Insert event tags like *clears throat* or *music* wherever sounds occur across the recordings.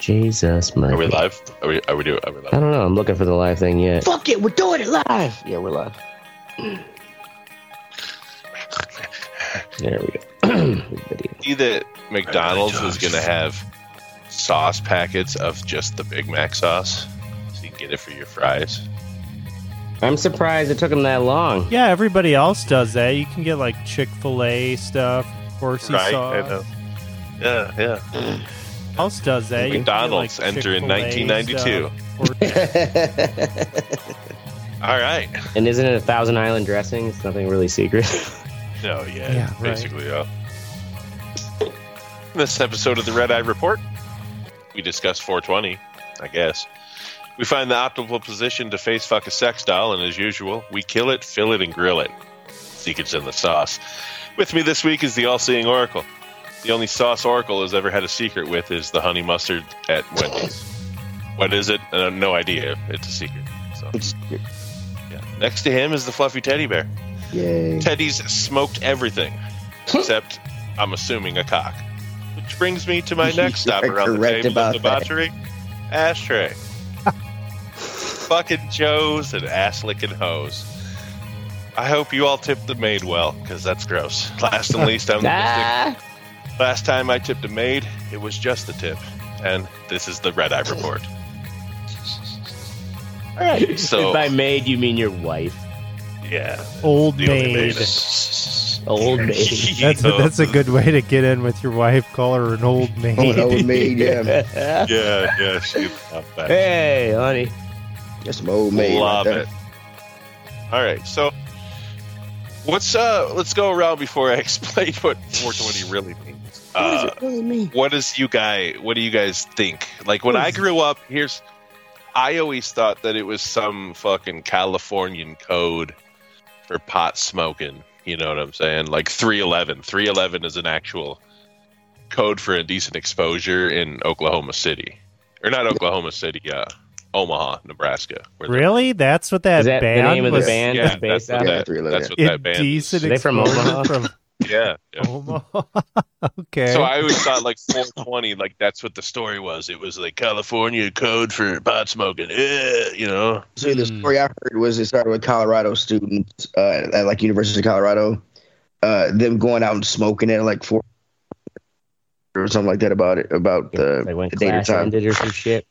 Jesus, my. Are we live? Are we? Are we do? Are we I live? don't know. I'm looking for the live thing yet. Fuck it, we're doing it live. Yeah, *clears throat* we're live. There we go. *clears throat* Video. See that McDonald's is going to have sauce packets of just the Big Mac sauce, so you can get it for your fries. I'm surprised it took him that long. Yeah, everybody else does that. You can get like Chick Fil A stuff, horsey I know. sauce. Yeah, yeah. Else does that. You can get, McDonald's like, uh, enter in Chick-fil-A 1992. stuff, or- All right. *laughs* and isn't it a Thousand Island dressing? It's nothing really *laughs* secret. No, yeah, Yeah, right. basically. Uh, this episode of the Red Eye Report, we discuss 420, I guess. We find the optimal position to face fuck a sex doll, and as usual, we kill it, fill it, and grill it. Secrets in the sauce. With me this week is the all-seeing Oracle. The only sauce Oracle has ever had a secret with is the honey mustard at Wendy's. what is it? Uh, no idea. It's a secret. So, yeah. Next to him is the fluffy teddy bear. Yay. Teddy's smoked everything, except I'm assuming a cock. Which brings me to my next You are stopper on the correct table about of debauchery, ashtray. Fucking Joes and ass licking hoes. I hope you all tipped the maid well, because that's gross. Last and least, I'm Ah! Last time I tipped a maid, it was just the tip. And this is the red eye report. All right. So- if by maid you mean your wife, Yeah. Old the only maid. *laughs* old maid. That's a, that's a good way to get in with your wife. Call her *laughs* an old Oh, maid. old maid, yeah. yeah. Yeah, yeah, she's not *laughs* bad. Hey, honey. That's some old maid. Love right there. it. All right, so what's uh? Let's go around before I *laughs* explain what 420 really means. What Uh, does it really mean? what does you guy? What do you guys think? Like when What I is- grew up, here's I always thought that it was some fucking Californian code for pot smoking. You know what I'm saying? Like 311. 311 is an actual code for indecent exposure in Oklahoma City, or not Oklahoma City, uh, Omaha, Nebraska. where the- *laughs* really? That's what that, Is that the band name of the was? band Yeah, that's based that's on? what that- that really that's is. what that band is. Indecent Are they from exposure Omaha? from Yeah. *laughs* yeah. Omaha. *laughs* okay. So I always thought like 420, like that's what the story was. It was like California code for pot smoking. eh, you know, So the story I heard was it started with Colorado students uh, at, at, like University of Colorado, uh, them going out and smoking at like four or something like that about it about the, Like when the date or class time. ended or some shit.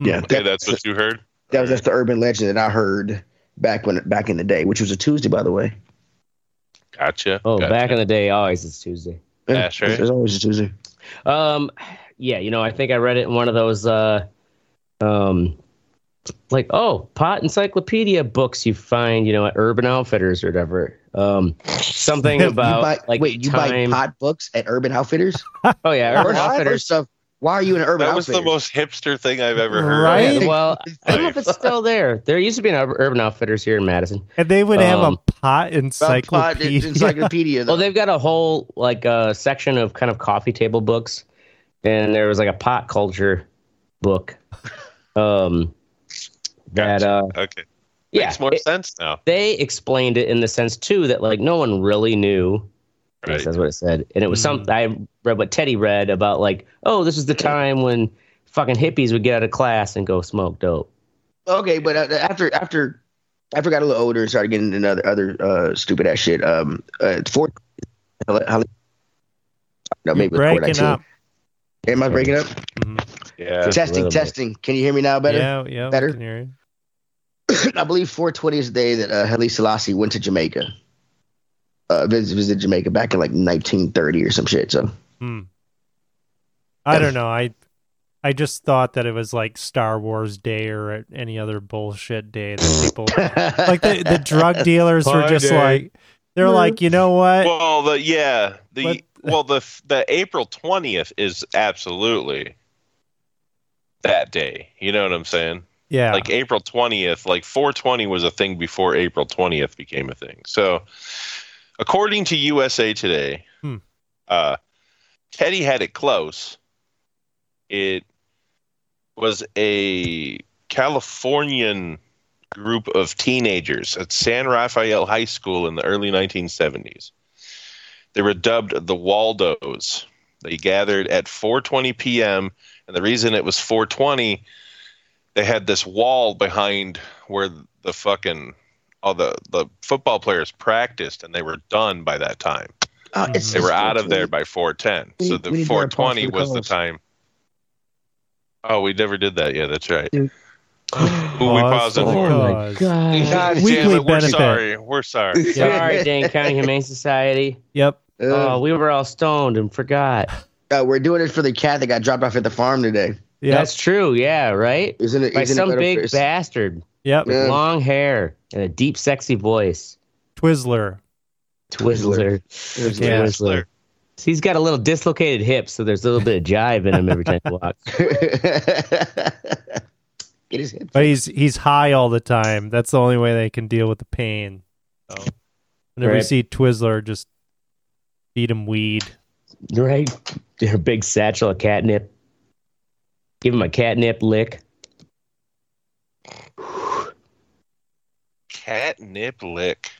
Yeah, okay, that, that's what you heard. that was that's the urban legend that I heard back when back in the day, which was a Tuesday, by the way. Gotcha. Oh, gotcha. back in the day, always it's Tuesday. That's right. There's always a Tuesday. Um, yeah, you know, I think I read it in one of those, uh, um, like oh, pot encyclopedia books you find, you know, at Urban Outfitters or whatever. Um, something You about *laughs* you buy, Oh, like wait, you time. buy pot books at Urban Outfitters? oh yeah, Urban Urban Outfitters Outfitters. stuff. Why are you in Urban That was Outfitters? the most hipster thing I've ever heard. Right? Yeah, well, I don't know if *laughs* it's still there. There used to be an Ur- Urban Outfitters here in Madison. and they would have Um, a pot About pot encyclopedia. en- encyclopedia. Well, though. they've got a whole like uh, section of kind of coffee table books, and there was like a pot culture *laughs* book. Um, that Gotcha. uh, Okay. yeah, Makes more it- sense now. they explained it in the sense too that like no one really knew. I guess Right. That's what it said, and it was Mm. something I read what Teddy read about like oh this was the time when fucking hippies would get out of class and go smoke dope. okay, but uh, after after after I got a little older and started getting into other other uh, stupid ass shit. Um, uh, four. How, how, no, *laughs* You're maybe it was four, like, breaking two. up. Am I breaking up? Mhm. Yeah. little testing, bit. testing. Can you hear me now better? Yeah, yeah. we Better? can hear you. *clears throat* I believe 420 is the day that uh, Haile Selassie went to Jamaica. Uh, visited, visited Jamaica back in like 1930 or some shit. So *laughs* Hmm. I don't know. I I just thought that it was like Star Wars Day or any other bullshit day that *laughs* people like the, the drug dealers were Pie just day. like they're like, you know what? Well, the yeah, the What- well the the April 20th is absolutely that day. You know what I'm saying? yeah. like April 20th, like 420 was a thing before April 20th became a thing. So, according to USA Today, Hmm. uh, Teddy had it close. It was a Californian group of teenagers at San Rafael High School in the early 1970s. They were dubbed the Waldos They gathered at 4:20 p.m. and the reason it was 4:20, they had this wall behind where the fucking all the the football players practiced, and they were done by that time. *laughs* Oh, Mhm. it's They just were out of there 420. by 4:10. We So need- the we need to have a pause 4:20 for the was the calls. time. Oh, we never did that. Yeah, that's right. Dude. *gasps* Ooh, we paused for it. the Oh my cause. god. God *laughs* Weekly damn it, we're benefit. sorry. We're sorry. *laughs* Yeah. Sorry, Dane County Humane Society. Yep. Uh, oh, we were all stoned and forgot. uh, we're doing it for the cat that got dropped off at the farm today. Yep. That's true. Yeah, right. Isn't it? By isn't it some better big for- it's- bastard yep. with Yeah. long hair and a deep, sexy voice. Twizzler. Twizzler. it's- Yeah. yeah. Twizzler. So he's got a little dislocated hip, so there's a little bit of jive in him every *laughs* time he walks. Get his hip. But he's he's high all the time. That's the only way they can deal with the pain. So whenever you Right. see Twizzler, just feed him weed. Right? A big satchel of catnip. Give him a catnip lick. *sighs* Catnip lick.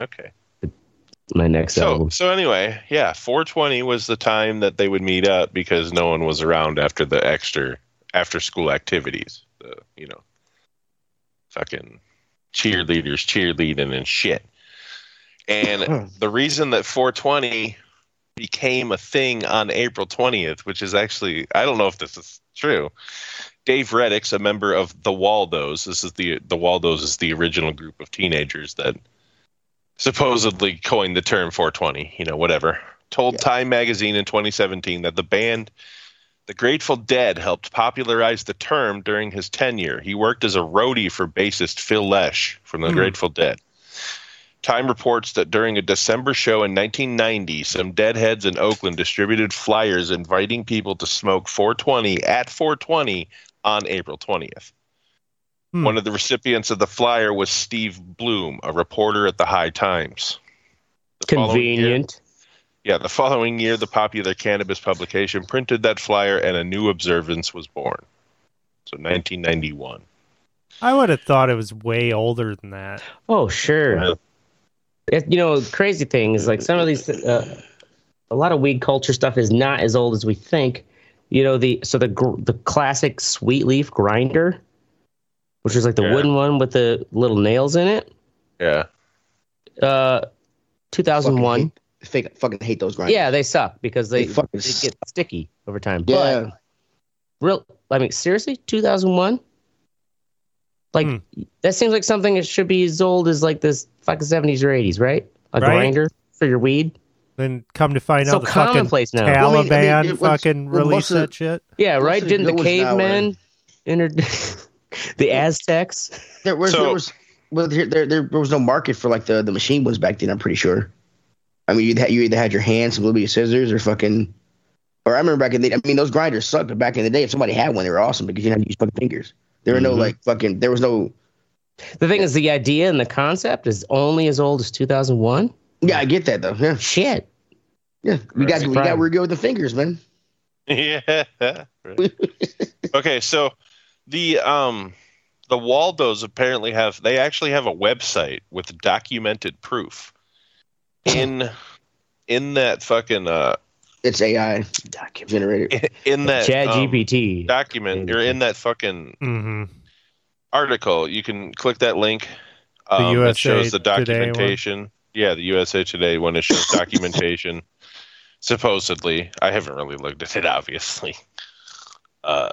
Okay. My next So album. so anyway, yeah, 420 was the time that they would meet up because no one was around after the extra after school activities. The, you know, fucking cheerleaders cheerleading and shit. And the reason that 420 became a thing on April 20th, which is actually I don't know if this is true. Dave Reddick's a member of the Waldos. This is the the Waldos is the original group of teenagers that supposedly coined the term 420, you know, whatever, told Time magazine in 2017 that the band The Grateful Dead helped popularize the term during his tenure. He worked as a roadie for bassist Phil Lesh from The Hmm. Grateful Dead. Time reports that during a December show in 1990, some deadheads in Oakland distributed flyers inviting people to smoke 420 at 420 on April 20th. Hmm. One of the recipients of the flyer was Steve Bloom, a reporter at the High Times. The following year- Convenient. yeah, the following year, the popular cannabis publication printed that flyer and a new observance was born. So 1991. I would have thought it was way older than that. Oh, sure. Yeah. It- you know, crazy thing is like some of these, uh, a lot of weed culture stuff is not as old as we think. You know the so the gr- the classic sweet leaf grinder, which was like the Yeah. wooden one with the little nails in it. Yeah. Uh, two thousand one. Fucking hate, fucking hate those grinders. Yeah, they suck because they They fucking they suck. get sticky over time. Yeah. But real, I mean, seriously, two thousand one. Like Hmm. that seems like something that should be as old as like this fucking seventies or eighties, right? A Right. grinder for your weed. Then come to find So out the fucking commonplace now. Taliban Well, I mean, I mean, it was- fucking well, most released of- that shit. Yeah, Most right. of Didn't the it was now cavemen enter *laughs* the Aztecs? There was So- there was well there, there there was no market for like the the machine ones back then. I'm pretty sure. I mean, you you either had your hands, some little bit of scissors, or fucking. Or I remember back in the I mean, those grinders sucked. But back in the day, if somebody had one, they were awesome because you didn't have to use fucking fingers. There were no Mhm. like fucking. There was no. The thing is, the idea and the concept is only as old as 2001. Yeah, I get that though. Yeah, Shit. yeah. We got Right. we got where we go with the fingers, man. *laughs* Yeah. Right. okay, so the um the Waldos apparently have they actually have a website with documented proof. In in that fucking uh It's AI generated. in that Chat um, GPT. document or in that fucking hmm article. You can click that link. The Um, that USA shows the Today one? documentation. Yeah, the USA Today one. It shows documentation. *laughs* Supposedly, I haven't really looked at it, obviously, Uh,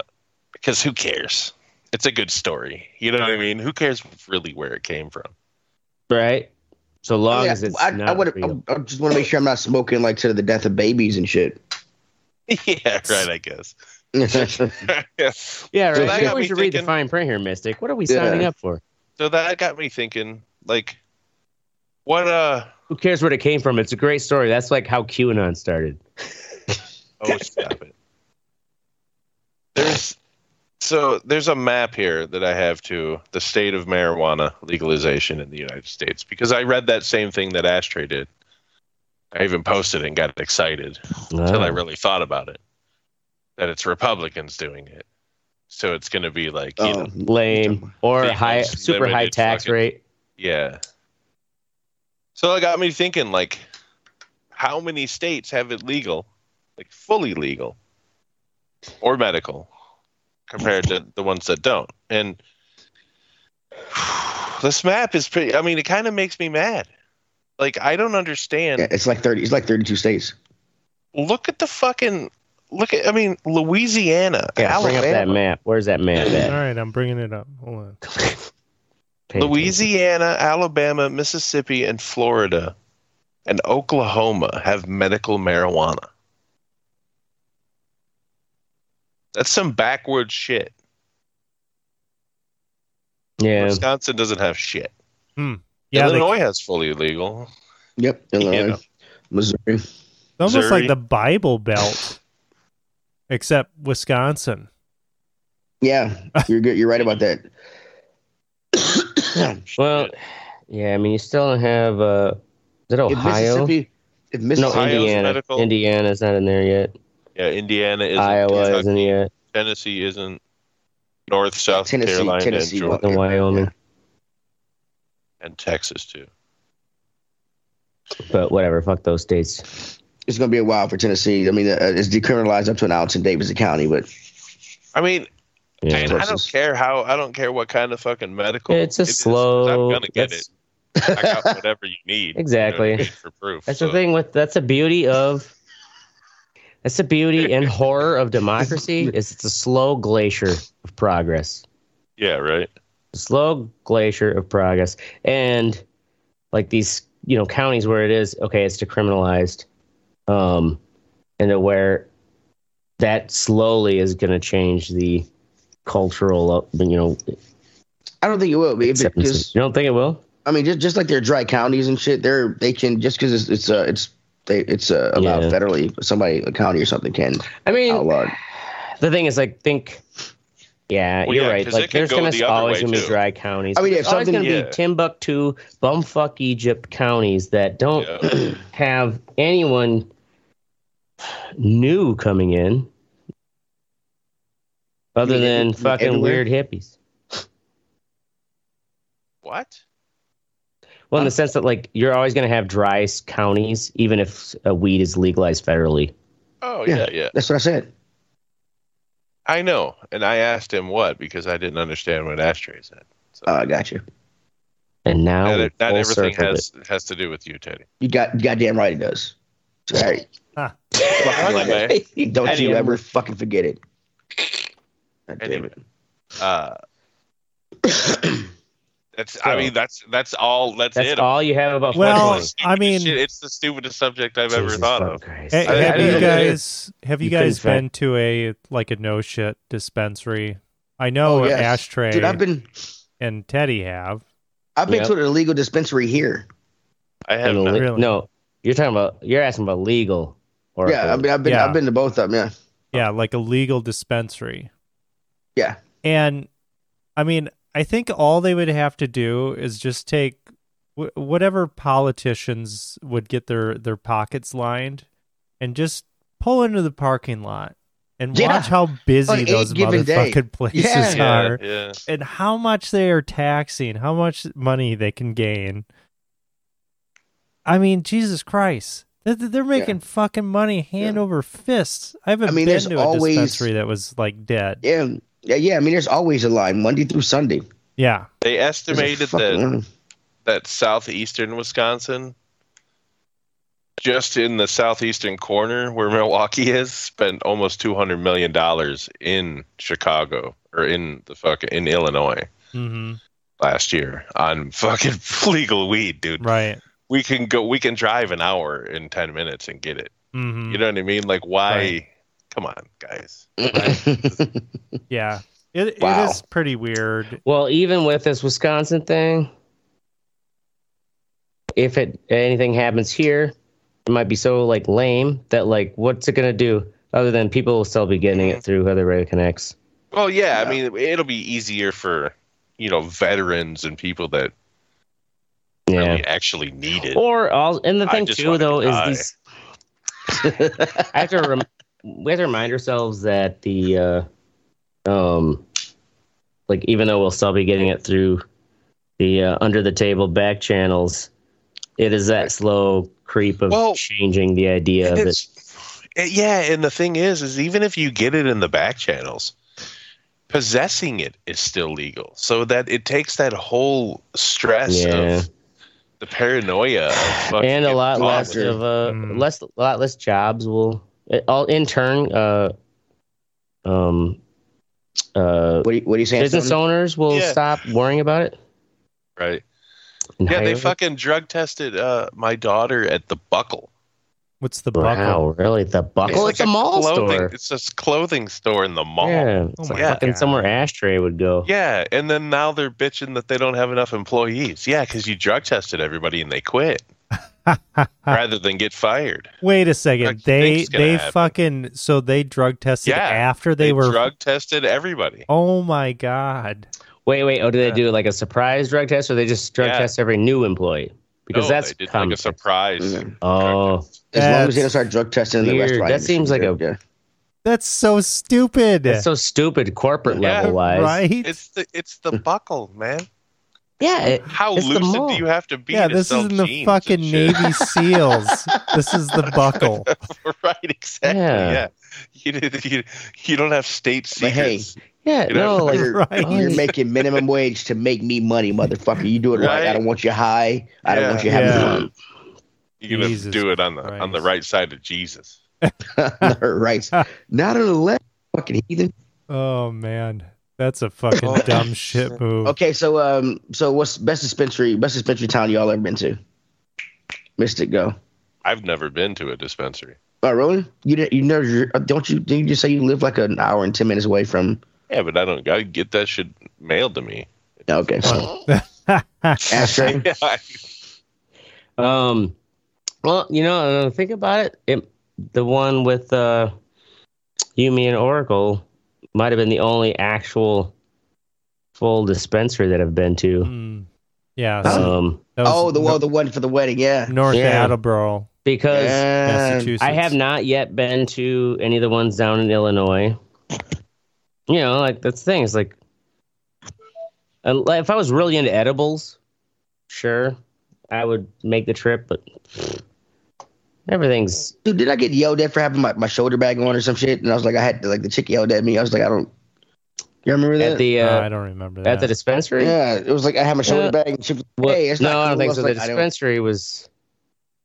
because who cares? It's a good story. You know what I mean? Who cares really where it came from? *laughs* right? So long I, mean, as it's I, um, not I, would real. I, I just want to make sure I'm not smoking like to the death of babies and shit. *laughs* yeah, right. I guess. *laughs* yeah, yeah, right. So I that think got we me should read the thinking- fine print here, Mystic. What are we Yeah. signing up for? So that got me thinking. Like, what? Uh. Who cares where it came from? It's a great story. That's like how QAnon started. Oh, stop it. There's so there's a map here that I have to the state of marijuana legalization in the United States because I read that same thing that Ashtray did. I even posted it and got excited until I Oh. really thought about it. That it's Republicans doing it. So it's gonna be like you know, oh, Lame or The high, most super high limited tax fucking- rate. Yeah. So it got me thinking, like, how many states have it legal? like fully legal or medical compared to the ones that don't. And *sighs* this map is pretty. I mean, it kind of makes me mad. Like I don't understand. Yeah, it's like thirty. It's like thirty-two states. Look at the fucking. Look at. I mean, Louisiana, Yeah, bring Oh, up that Alabama, map. Where's that map *laughs* All at? right, I'm bringing it up. Hold on. Pay attention. Louisiana, Alabama, Mississippi, and Florida, and Oklahoma have medical marijuana. That's some backward shit. Yeah. Wisconsin doesn't have shit. Yeah, they- Illinois has fully legal. Yep, Illinois, Yeah. Missouri. it's almost Missouri. like the Bible Belt, except Wisconsin. *laughs* Yeah, you're good. You're right about that. Well, yeah. I mean, you still don't have. Uh, is it If Ohio? Mississippi, if No, Mississippi, Ohio's Indiana. medical. Indiana's not in there yet. Yeah, Indiana isn't. Iowa Kentucky, isn't yet. Tennessee isn't. North, South Tennessee- Carolina, Tennessee and, Georgia, wasn't. Fucking Wyoming. and Texas too. But whatever. Fuck those states. it's going to be a while for Tennessee. I mean, uh, it's decriminalized up to an ounce in Davidson County, but I mean, Yeah. and I don't Texas. care how. I don't care what kind of fucking medical. It's a it is, 'cause slow. I'm gonna get that's- it. I got whatever you need. Exactly. you know what I mean, for proof. That's so. the thing with that's the beauty of that's the beauty and horror of democracy is it's a slow glacier of progress. Yeah, right. Slow glacier of progress. And like these, you know, counties where it is, okay, it's decriminalized. Um and to where that slowly is gonna change the cultural uh, you know I don't think it will. Be, because acceptance. You don't think it will? I mean, just just like they're dry counties and shit, they're they can just because it's it's uh, it's they it's uh, allowed Yeah. federally. Somebody a county or something can I mean outlaw. it. the thing is like think yeah, Well, you're yeah, right. 'cause it Like, could there's go gonna the other always way, gonna be too. dry counties. I mean, if there's always something- gonna Yeah. be Timbuktu, bumfuck Egypt counties that don't Yeah. have anyone new coming in, other mean, than every- fucking everywhere? weird hippies. What? Well, Uh, in the sense that like you're always gonna have dry s- counties, even if uh, weed is legalized federally. Oh yeah, Yeah. yeah, That's what I said. I know, and I asked him what because I didn't understand what ashtray said. Oh, I got you. And now Not, we've not full everything circled has has to do with you, Teddy. You got goddamn right. It does. *laughs* All right. Huh. Fucking right. Anyway. Don't Anyway. you ever fucking forget it. God damn it. Uh, that's. I So- mean, that's that's all. That's, That's it. all you have about Well, fucking- It's the I stupidest mean- shit. it's the stupidest subject I've ever Jesus thought fuck of. Christ. Hey, I- I have didn't you get it. guys have you, You guys couldn't been to a like a no shit dispensary? I know Oh, yes. Ashtray Dude, I've been and Teddy have. I've been Yep. to an illegal dispensary here. I have And not. le- Really? No, you're talking about you're asking about legal or Yeah, I mean, I've been Yeah. I've been to both of them. Yeah. Yeah, like a legal dispensary. Yeah. And I mean, I think all they would have to do is just take wh- whatever politicians would get their their pockets lined and just pull into the parking lot and Yeah. watch how busy Like, any those given day. motherfucking places Yeah. are. Yeah, yeah. and how much they are taxing, how much money they can gain. I mean, Jesus Christ. They're, they're making fucking money hand over fists. I haven't I mean, been there's to a always- dispensary that was like dead. Yeah. Yeah. Yeah, yeah, I mean, there's always a line Monday through Sunday. They There's a estimated fucking that line. that southeastern Wisconsin, just in the southeastern corner where Milwaukee is, spent almost two hundred million dollars in Chicago or in the fucking in Illinois hmm last year on fucking *laughs* legal weed, dude. Right. We can go, we can drive an hour in ten minutes and get it. hmm You know what I mean? Like, why? Right. Come on, guys. Yeah. It, Wow. it is pretty weird. Well, even with this Wisconsin thing, if it anything happens here, it might be so like lame that like what's it gonna do other than people will still be getting it through other way it connects. Well, yeah, Yeah. I mean, it'll be easier for you know veterans and people that Yeah. really actually need it. Or all and the I thing just too wanna though die. is these. *laughs* I have to rem- we have to remind ourselves that the uh, um like even though we'll still be getting it through the uh, under the table back channels, it is that slow creep of Well, changing the idea of it. it's Eh, yeah, and the thing is, is even if you get it in the back channels, possessing it is still legal. So that it takes that whole stress Yeah. of the paranoia, of fucking and a getting lot caught less with it. of uh, Mm. less a lot less jobs will it, all in turn uh um uh *laughs* What are you, what are you saying? business Tony? owners will Yeah. stop worrying about it right? and Yeah, they hire- fucking drug tested uh, my daughter at the Buckle. What's the buckle? wow really the buckle it's, like a, mall clothing, store It's this clothing store in the mall. Yeah. yeah it's Oh like my fucking God. somewhere ashtray would go and then now they're bitching that they don't have enough employees. Yeah, because you drug tested everybody and *laughs* they quit rather than get fired. Wait a What second. do you They think's gonna they happen? fucking so they drug tested Yeah, after they, They, were. drug tested everybody. oh my god. wait wait oh do Yeah. they do like a surprise drug test or they just drug Yeah. test every new employee because No, that's they did common. like a surprise. Yeah. oh As long as That's they don't start drug testing in the weird. restaurant. That industry, seems like yeah, a- yeah. That's so stupid. that's so stupid corporate Yeah, level wise *laughs* right? It's the it's the buckle, man. yeah it, How It's the lucid mall. do you have to be? yeah, to this sell is in the jeans fucking and shit? Navy SEALs. this is the buckle. *laughs* right? Exactly. Yeah. Yeah. You, did- you you don't have state But hey, secrets. yeah You know, no *laughs* *laughs* like you're, Right. you're making minimum wage to make me money, motherfucker. You do it right. I Right. don't want you high. I don't Yeah. want you having Yeah. fun. You're gonna Jesus do it on the on the Christ. right side of Jesus. *laughs* her rights. Not on the left, fucking heathen. Oh man, that's a fucking Oh, dumb shit move. Okay, so um, so what's best dispensary? Best dispensary town y'all ever been to? Mystic Go. I've never been to a dispensary. Oh, really? You didn't? You never? Don't you? Didn't you just say you live like an hour and ten minutes away from? Yeah, but I don't. I get that shit mailed to me. oh, Okay, ashtray. *laughs* Yeah, I- Um, well, you know, uh, think about it. it the one with uh, Yumi and Oracle might have been the only actual full dispensary that I've been to. Mm. Yeah. so Um, that was Oh, the well, Nor- the one for the wedding. Yeah. North Yeah. Attleboro, because Yeah. Massachusetts. I have not yet been to any of the ones down in Illinois. You know, like that's the thing. It's like, uh, if I was really into edibles, sure, I would make the trip. But everything's Dude, did I get yelled at for having my, my shoulder bag on or some shit? And I was like, I had to, like the chick yelled at me. I was like, I don't. You remember that? at the Oh, uh, I don't remember that. at the dispensary. yeah, it was like I had my shoulder Yeah. bag. And she was like, Well, hey, it's no, not I don't cool. think was so. Like, the I don't- dispensary was.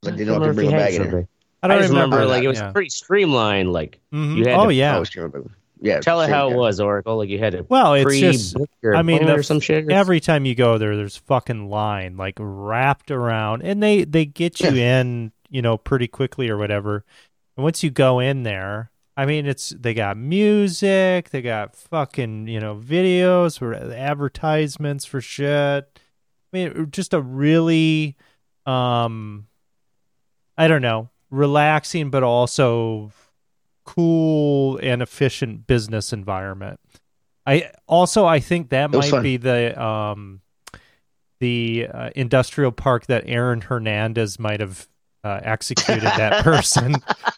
I was like, I they don't don't have to remember bring if he a had bag in there. something. I, just remember, like it was yeah. pretty streamlined. Like Mhm. you had Oh to- yeah. I was sure, but- yeah. tell it sure, how yeah. it was, Oracle. Like you had to Well, it's pre just book your I mean, appointment the or some shit. every time you go there, there's fucking line like wrapped around, and they they get you in, you know, pretty quickly or whatever. And once you go in there, I mean, it's they got music, they got fucking you know videos or advertisements for shit. I mean, just a really, um, I don't know, relaxing but also cool and efficient business environment. I also I think that was might fun. be the um the uh, industrial park that Aaron Hernandez might have uh, executed *laughs* that person.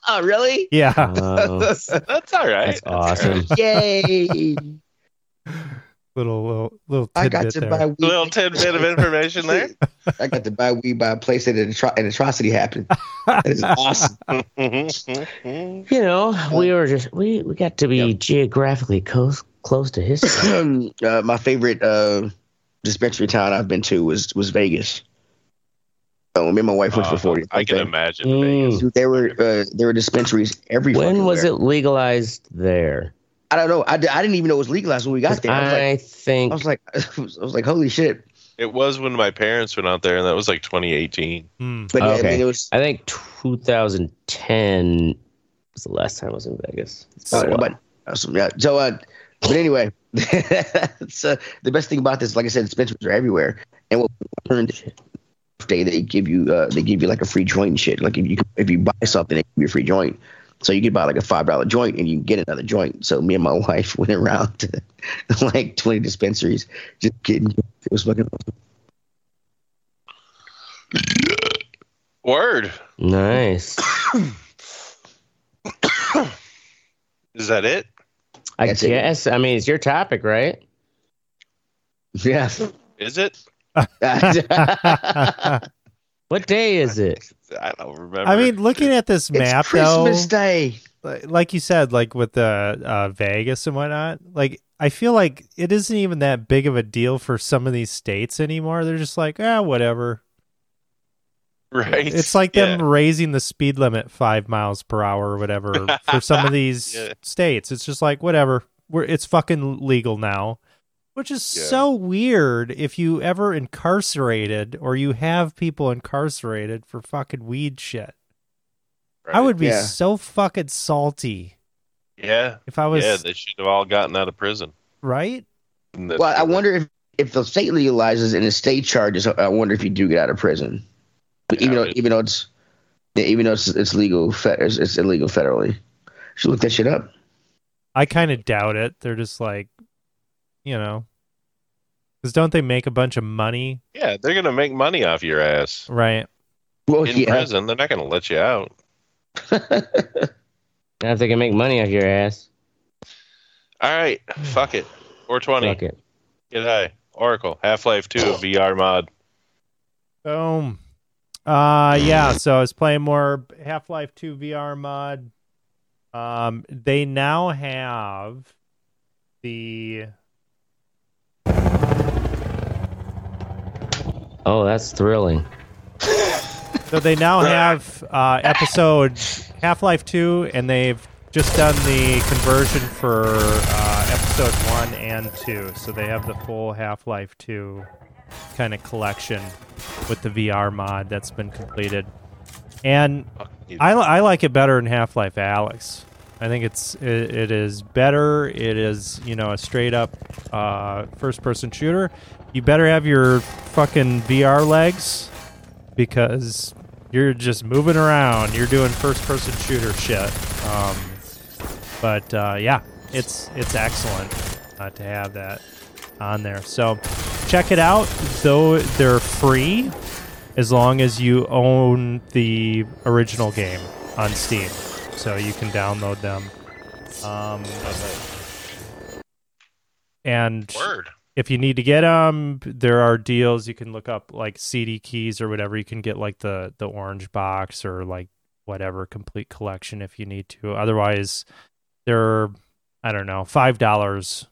Oh, really? yeah. Oh, *laughs* that's all right. that's awesome. *laughs* Yay! Little little little tidbit I got to there. buy weed. A little tidbit of information there. *laughs* I got to buy weed by a place that an, atro- an atrocity happened. That is awesome. *laughs* *clears throat* *laughs* *laughs* You know, we were just we we got to be geographically close close to *laughs* history. uh, my favorite uh, dispensary town I've been to was was Vegas. Oh, me and my wife went Uh, for forty. I can Okay. imagine. Hmm. Mm. Vegas. Dude, there were uh, there were dispensaries everywhere. when was it legalized there? I don't know. I, di- I didn't even know it was legalized when we got there. I was like, I think I was like, I was, like *laughs* holy shit! It was when my parents went out there, and that was like 2018. *laughs* Hmm. But yeah, I Okay. mean, it was I think 2010 was the last time I was in Vegas. Oh, So, *laughs* uh, but awesome, yeah. So, uh, but anyway, *laughs* so the best thing about this, like I said, dispensaries are everywhere. And what we learned day they give you uh, they give you like a free joint and shit. Like if you if you buy something, they give you a free joint. So you could buy like a five dollar joint and you can get another joint. So me and my *laughs* wife went around to like twenty dispensaries, just getting it was fucking Word. nice. Is that it? I That's it. guess. I mean, it's your topic, right? *laughs* yeah. Is it? What day is it? I don't remember. I mean, looking at this it's map Christmas though, Day. li- like you said, like with the uh, Vegas and whatnot, like I feel like it isn't even that big of a deal for some of these states anymore. They're just like, ah, whatever. *laughs* right? It's like Yeah. them raising the speed limit five miles per hour or whatever for some *laughs* of these Yeah. states. It's just like whatever. We're it's fucking legal now, which is Yeah. so weird. If you ever incarcerated or you have people incarcerated for fucking weed shit, I Right. would be Yeah. so fucking salty Yeah, if I was yeah. They should have all gotten out of prison. right. And that's Well, I the- wonder if if the state legalizes and the state charges, I wonder if you do get out of prison. But Yeah, even though but- even though it's yeah, even though it's it's legal fe- it's, it's illegal federally, should look that shit up. I kind of doubt it. They're just like, you know, because don't they make a bunch of money, Yeah, they're gonna make money off your ass right? Well, in yeah, prison. They're not gonna let you out. Now if they can make money off your ass, All *sighs* right, fuck it. 420. fuck it. Get high. Oracle Half Life Two VR mod. Boom. Uh yeah, so I was playing more Half-Life 2 VR mod. Um they now have the Oh, that's thrilling. so they now have uh episode Half-Life 2 and they've just done the conversion for uh episode 1 and 2. So they have the full Half-Life 2 kind of collection with the VR mod that's been completed. And Fuck you. I, I like it better in Half Life Alex. I think it's it, it is better. It is you know a straight up uh, first person shooter. You better have your fucking VR legs because you're just moving around. You're doing first person shooter shit. Um, but uh, yeah, it's it's excellent uh, to have that on there. So check it out. Though they're free, as long as you own the original game on Steam. So you can download them. Um, and Word. if you need to get them, there are deals. You can look up like CD keys or whatever. You can get like the the orange box or like whatever complete collection if you need to. Otherwise, they're I don't know five dollars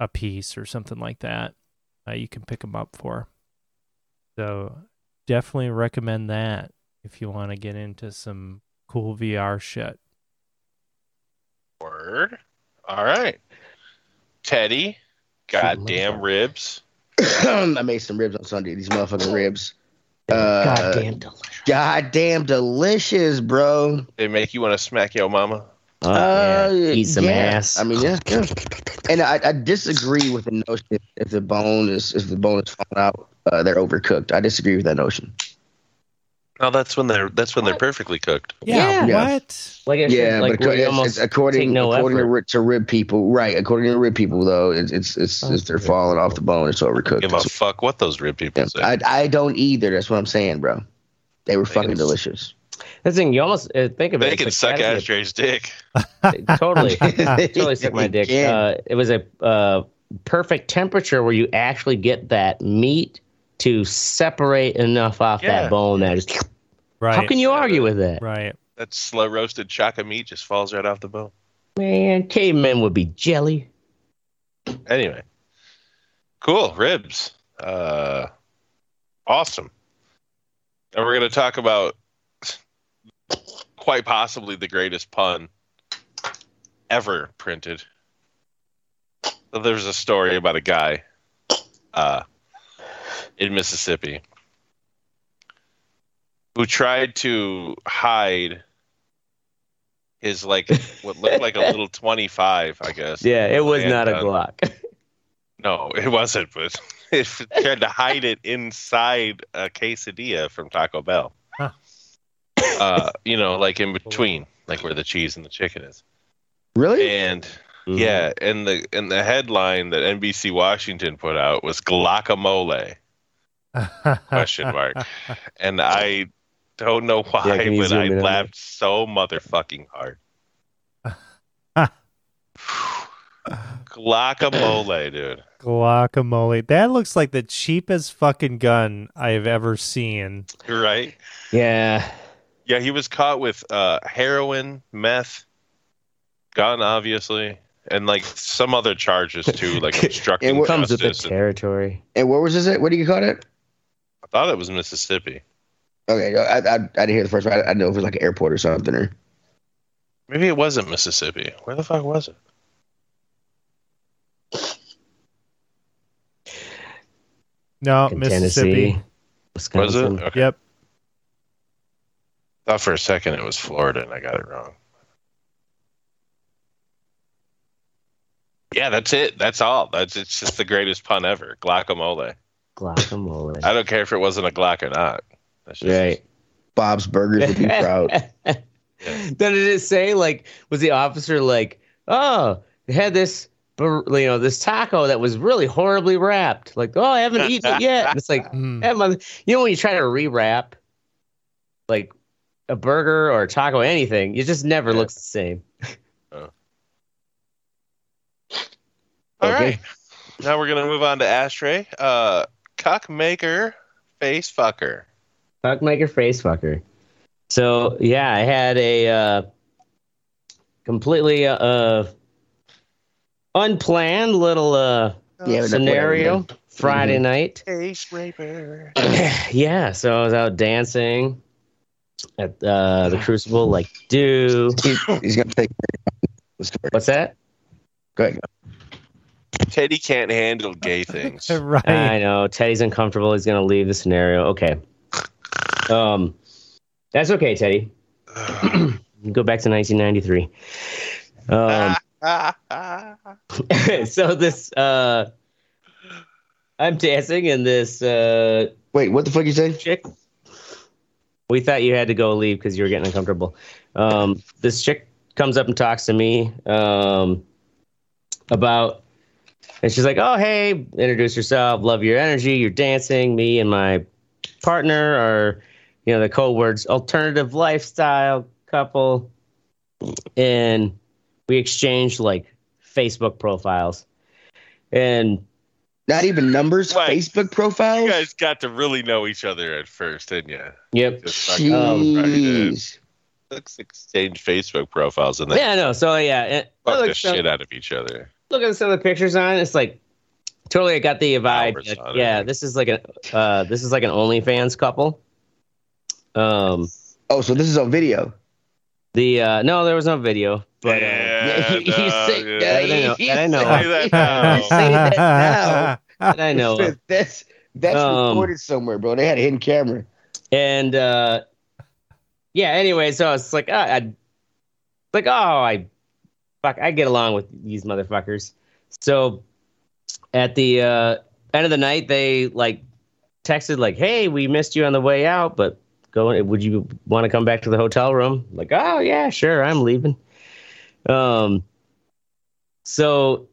a piece or something like that. Uh, you can pick them up for. So definitely recommend that if you want to get into some cool VR shit. Word. All right. Teddy. Goddamn ribs. *laughs* I made some ribs on Sunday. These Oh. motherfucking ribs. Uh, goddamn. delicious. delicious, bro. They make you want to smack your mama. Oh, Uh, yeah. Eat some yeah. ass. I mean, yeah, *laughs* yeah. And I, I disagree with the notion if the bone is if the bone is falling out, uh, they're overcooked. I disagree with that notion. No, that's when they're that's when What? they're perfectly cooked. Yeah. Yeah. What? like, it yeah, should, like but where according, you it's- almost it's according take no according to, effort. ri- to rib people, right? According to rib people, though, it's it's it's, Oh, it's they're yeah. falling off the bone. It's overcooked. Give a So, fuck what those rib people yeah. say. I I don't either. That's what I'm saying, bro. They were fucking Yes. delicious. That's the thing. You almost uh, think of it. they it's can like, suck gotta be a- Astray's dick. *laughs* totally. totally sucked my dick. Yeah. Uh, it was a uh, perfect temperature where you actually get that meat to separate enough off Yeah. that bone. That just, Right. how can you argue with that? right. That slow roasted chock of meat just falls right off the bone. Man, cavemen would be jelly. Anyway. Cool. Ribs. Uh awesome. And we're gonna talk about quite possibly the greatest pun ever printed. So there's a story about a guy uh in Mississippi who tried to hide his like what looked like a little 25 i guess Yeah, it was Yeah, not a uh, Glock. no, it wasn't, but *laughs* it tried to hide it inside a quesadilla from Taco Bell. Huh. Uh, you know, like in between, like where the cheese and the chicken is. Really? And Mm-hmm. yeah, and the and the headline that NBC Washington put out was Glockamole question mark. and I don't know Yeah, why, can you but zoom I in on laughed so motherfucking *laughs* hard. *laughs* Glockamole, dude. Guacamole. That looks like the cheapest fucking gun I've ever seen. Right? Yeah. Yeah, he was caught with uh, heroin, meth, gun, obviously, and like some other charges *laughs* too, like obstructing And what- comes with the justice. and- territory. And where was this at? What do you call it? I thought it was Mississippi. Okay, I, I, I didn't hear the first one. I, I didn't know if it was like an airport or something. Or Maybe it wasn't Mississippi. Where the fuck was it? No, in Mississippi. Tennessee, Was it? Wisconsin. *laughs* Okay. Yep. I thought for a second it was Florida, and I got it wrong. Yeah, that's it. That's all. That's it's just the greatest pun ever. Guacamole. Guacamole. I don't care if it wasn't a Glock or not. That's just, right. Bob's *laughs* Burgers would be proud. Then did it say like was the officer like oh they had this bur- you know this taco that was really horribly wrapped like oh I haven't eaten it yet And it's *laughs* like Mm. that mother- you know when you try to rewrap like a burger or a taco anything it just never Yeah. looks the same All Okay. right. Now we're gonna move on to ashtray. Uh, cuck maker, face fucker. Fuck make your face fucker. So yeah, I had a uh, completely uh, uh, unplanned little uh, Yeah, but that's scenario whatever, Friday Mm-hmm. *laughs* night. Face raper. yeah, so I was out dancing at uh, the Crucible, like, dude, man. He- he's gonna take the story. what's that? Go ahead. Teddy can't handle gay *laughs* things. Mm. *laughs* right. I know Teddy's uncomfortable. He's gonna leave the scenario. Okay, um, that's okay, Teddy. Go back to 1993. *laughs* Um, Ah. *laughs* so this uh I'm dancing and this uh Wait, what the fuck you say? chick we thought you had to go leave because you were getting uncomfortable. Um this chick comes up and talks to me um about and she's like, Oh hey, introduce yourself, love your energy, you're dancing, me and my partner are you know, the code words alternative lifestyle couple. And we exchanged like Facebook profiles. And Not even numbers. Wait. Facebook you profiles. guys got to really know each other at first, didn't you? yep. Just like, Um, Jeez. let's exchange Facebook profiles and then Yeah, no. So yeah, it, I fuck look, the so- shit out of each other. look at some of the pictures on it. It's like totally. I got the vibe. Hours like, on it. yeah, this is like an uh, this is like an OnlyFans couple. Um, Oh, so this is on video. the uh, no, there was no video, but uh, yeah, *laughs* *laughs* he- he no, said- yeah. that I know- that I know. Say that now. *laughs* *laughs* Say that now. that I know. *laughs* of. That's that's Um, recorded somewhere, bro. They had a hidden camera. And uh, yeah, anyway, so it's like uh, I like oh I fuck I get along with these motherfuckers. So at the uh, end of the night, they like texted like, "Hey, we missed you on the way out, but go. Would you want to come back to the hotel room?" Like, "Oh yeah, sure, I'm leaving." Um. So.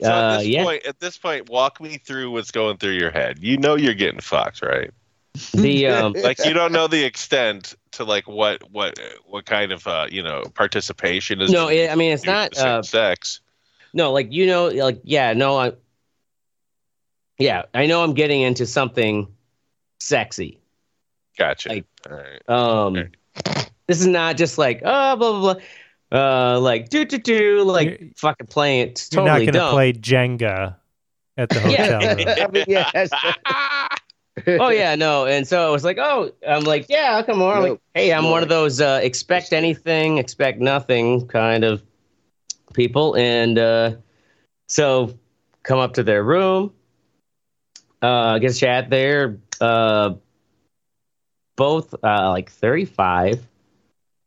So at uh, this yeah, point, at this point, walk me through what's going through your head. You know you're getting fucked, right? *laughs* *laughs* the um, Like you don't know the extent to like what what what kind of uh, you know participation is. no, it, I mean it's due to not same uh, sex. No, like you know, like yeah, no, I, yeah, I know I'm getting into something sexy. Gotcha. like- All right. Um, Okay. this is not just like oh blah blah blah, uh, like do do do, like You're- fucking playing it You're totally not going to dumb. play Jenga at the hotel Yeah. *laughs* *laughs* room. I mean, yeah, that's- oh yeah, no, and so I was like, oh, I'm like, yeah, I'll come over. I'm like, Nope. hey, I'm one of Nope. those uh, expect anything, expect nothing kind of people, and uh, so come up to their room, uh, get a chat there. Uh, both uh, like 35,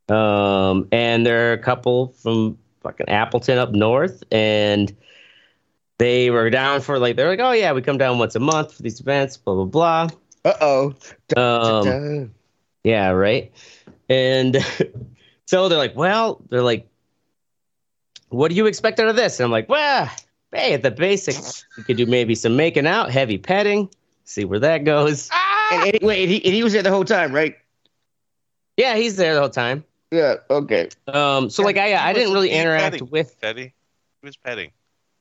um, and they're a couple from fucking Appleton up north, and they were down for like they're like, oh yeah, we come down once a month for these events, blah blah blah. Uh-oh. Um, Uh, yeah, right. And *laughs* so they're like, well, they're like, what do you expect out of this? And I'm like, well, hey, at the basics, we could do maybe some making out, heavy petting, see where that goes. and, and, wait, and he, and he was there the whole time, right? Yeah, he's there the whole time. Yeah. Okay. Um, so like I, I didn't really interact with, Teddy, who's petting?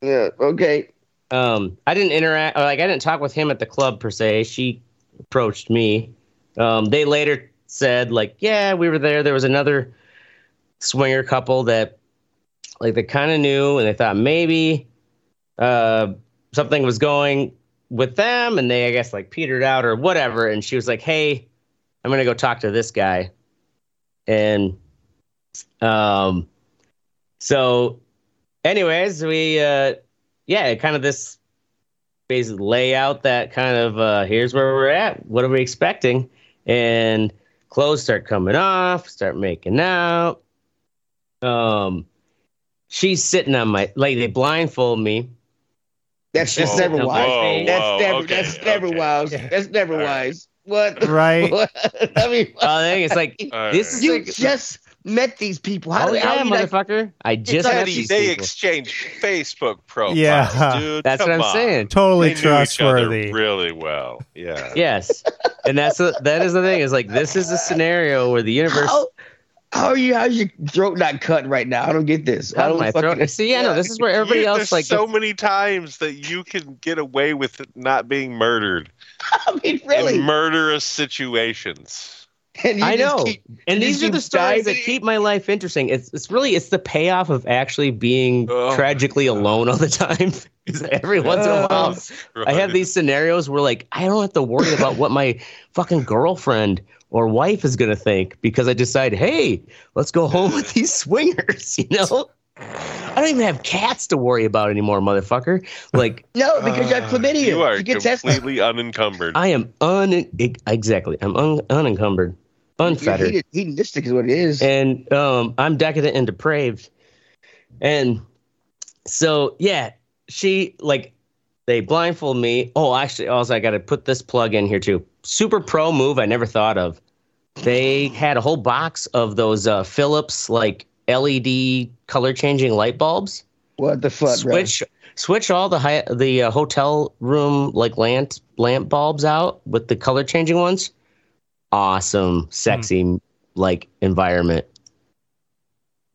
Yeah. Okay. um, I didn't interact, or like I didn't talk with him at the club per se. She approached me. Um, they later said like, yeah, we were there. There was another swinger couple that like they kind of knew, and they thought maybe uh, something was going with them, and they I guess like petered out or whatever. And she was like, "Hey, I'm gonna go talk to this guy," and um, so anyways, we uh, yeah, kind of this basically lay out that kind of uh, here's where we're at, what are we expecting, and clothes start coming off, start making out. Um, she's sitting on my like they blindfold me. That's just Whoa, never whoa, wise. whoa, that's never. okay, that's never okay. wise. That's never All right. wise. What? *laughs* *laughs* Right. what? I mean, Oh, I think it's like All this is you like, just met these people. *laughs* How oh do how yeah, do you like- motherfucker. I just like met Teddy, these they people. exchange Facebook profiles, Yeah. dude. That's what Come I'm on. saying. Totally They knew each other trustworthy. really well. Yeah. Yes, and that's the that is the thing. Is like this is a scenario where the universe How, how are you? How's your throat not cut right now? I don't get this. I out don't of my fucking- throat. See, yeah, no, this is where everybody You- else there's like so many times that you can get away with it not being murdered *laughs* I mean, really? in murderous situations. And you I just know. keep- and you these are keep the stories that diving. keep my life interesting. It's it's really it's the payoff of actually being Oh. tragically alone all the time. *laughs* 'Cause every once in a while, I have these scenarios where like I don't have to worry about what my fucking girlfriend or wife is gonna think because I decide, hey, let's go home with these swingers, *laughs* you know? I don't even have cats to worry about anymore, motherfucker. Like no, because you have chlamydia. Uh, You are get tested. completely *laughs* unencumbered. I am un e-, exactly. I'm un- unencumbered, You're unfettered. hedon- hedonistic is what it is. and um, I'm decadent and depraved. And so, yeah, she like they blindfold me. Oh, actually, also I got to put this plug in here too. Super pro move I never thought of. They had a whole box of those uh, Philips like LED color changing light bulbs. what the fuck, bro? switch switch all the hi- the uh, hotel room like lamp lamp bulbs out with the color changing ones. Awesome, sexy Hmm. like environment.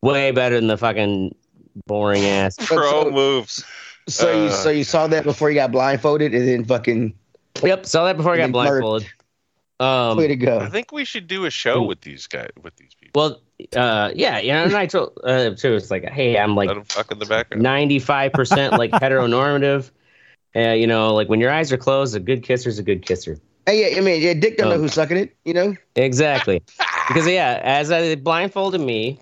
Way better than the fucking boring ass. *laughs* Pro so- moves. So you Uh, so you saw that before you got blindfolded, and then fucking yep, saw that before I got They blurred. blindfolded. way Um, to go. I think we should do a show with these guys, with these people. well, uh, yeah, you know, and I told uh, too. It's like, hey, I'm like Let them fuck in the background. ninety-five percent *laughs* like heteronormative. Uh, you know, like when your eyes are closed, a good kisser's a good kisser. Hey, yeah, I mean, yeah, Dick don't Oh. know who's sucking it, you know. Exactly. because yeah, as I they blindfolded me,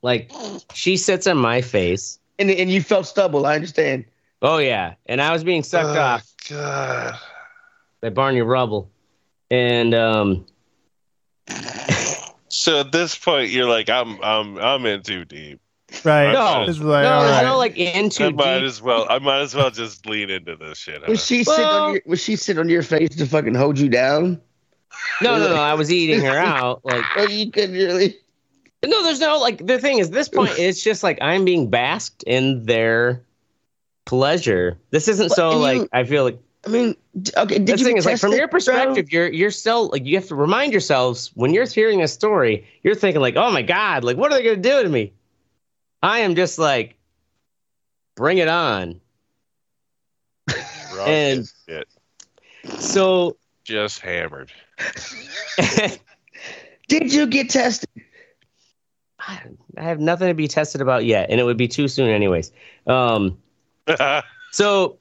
like she sits on my face. And and you felt stubble. I understand. Oh yeah, and I was being sucked Uh-huh. Oh, off God. by Barney Rubble, and um, So at this point, you're like, I'm, I'm, I'm in too deep. Right. No. It's like, no, all there's right. no like into I deep. might as well. I might as well just lean into this shit. huh? Was she sitting Well- on your, was she sitting on your face to fucking hold you down? No, no, no. I was eating *laughs* her out. Like Well, you couldn't really. no, there's no like the thing is this point. It's just like I'm being basked in their pleasure. This isn't so Well, and you- like I feel like I mean, d- okay. Did the you thing get is like from tested, your perspective you're you're still like you have to remind yourselves when you're hearing a story you're thinking like oh my god like what are they going to do to me i am just like bring it on Rock and- shit. so *laughs* just hammered. *laughs* bro? Did you get tested? i have nothing to be tested about yet and it would be too soon anyways um so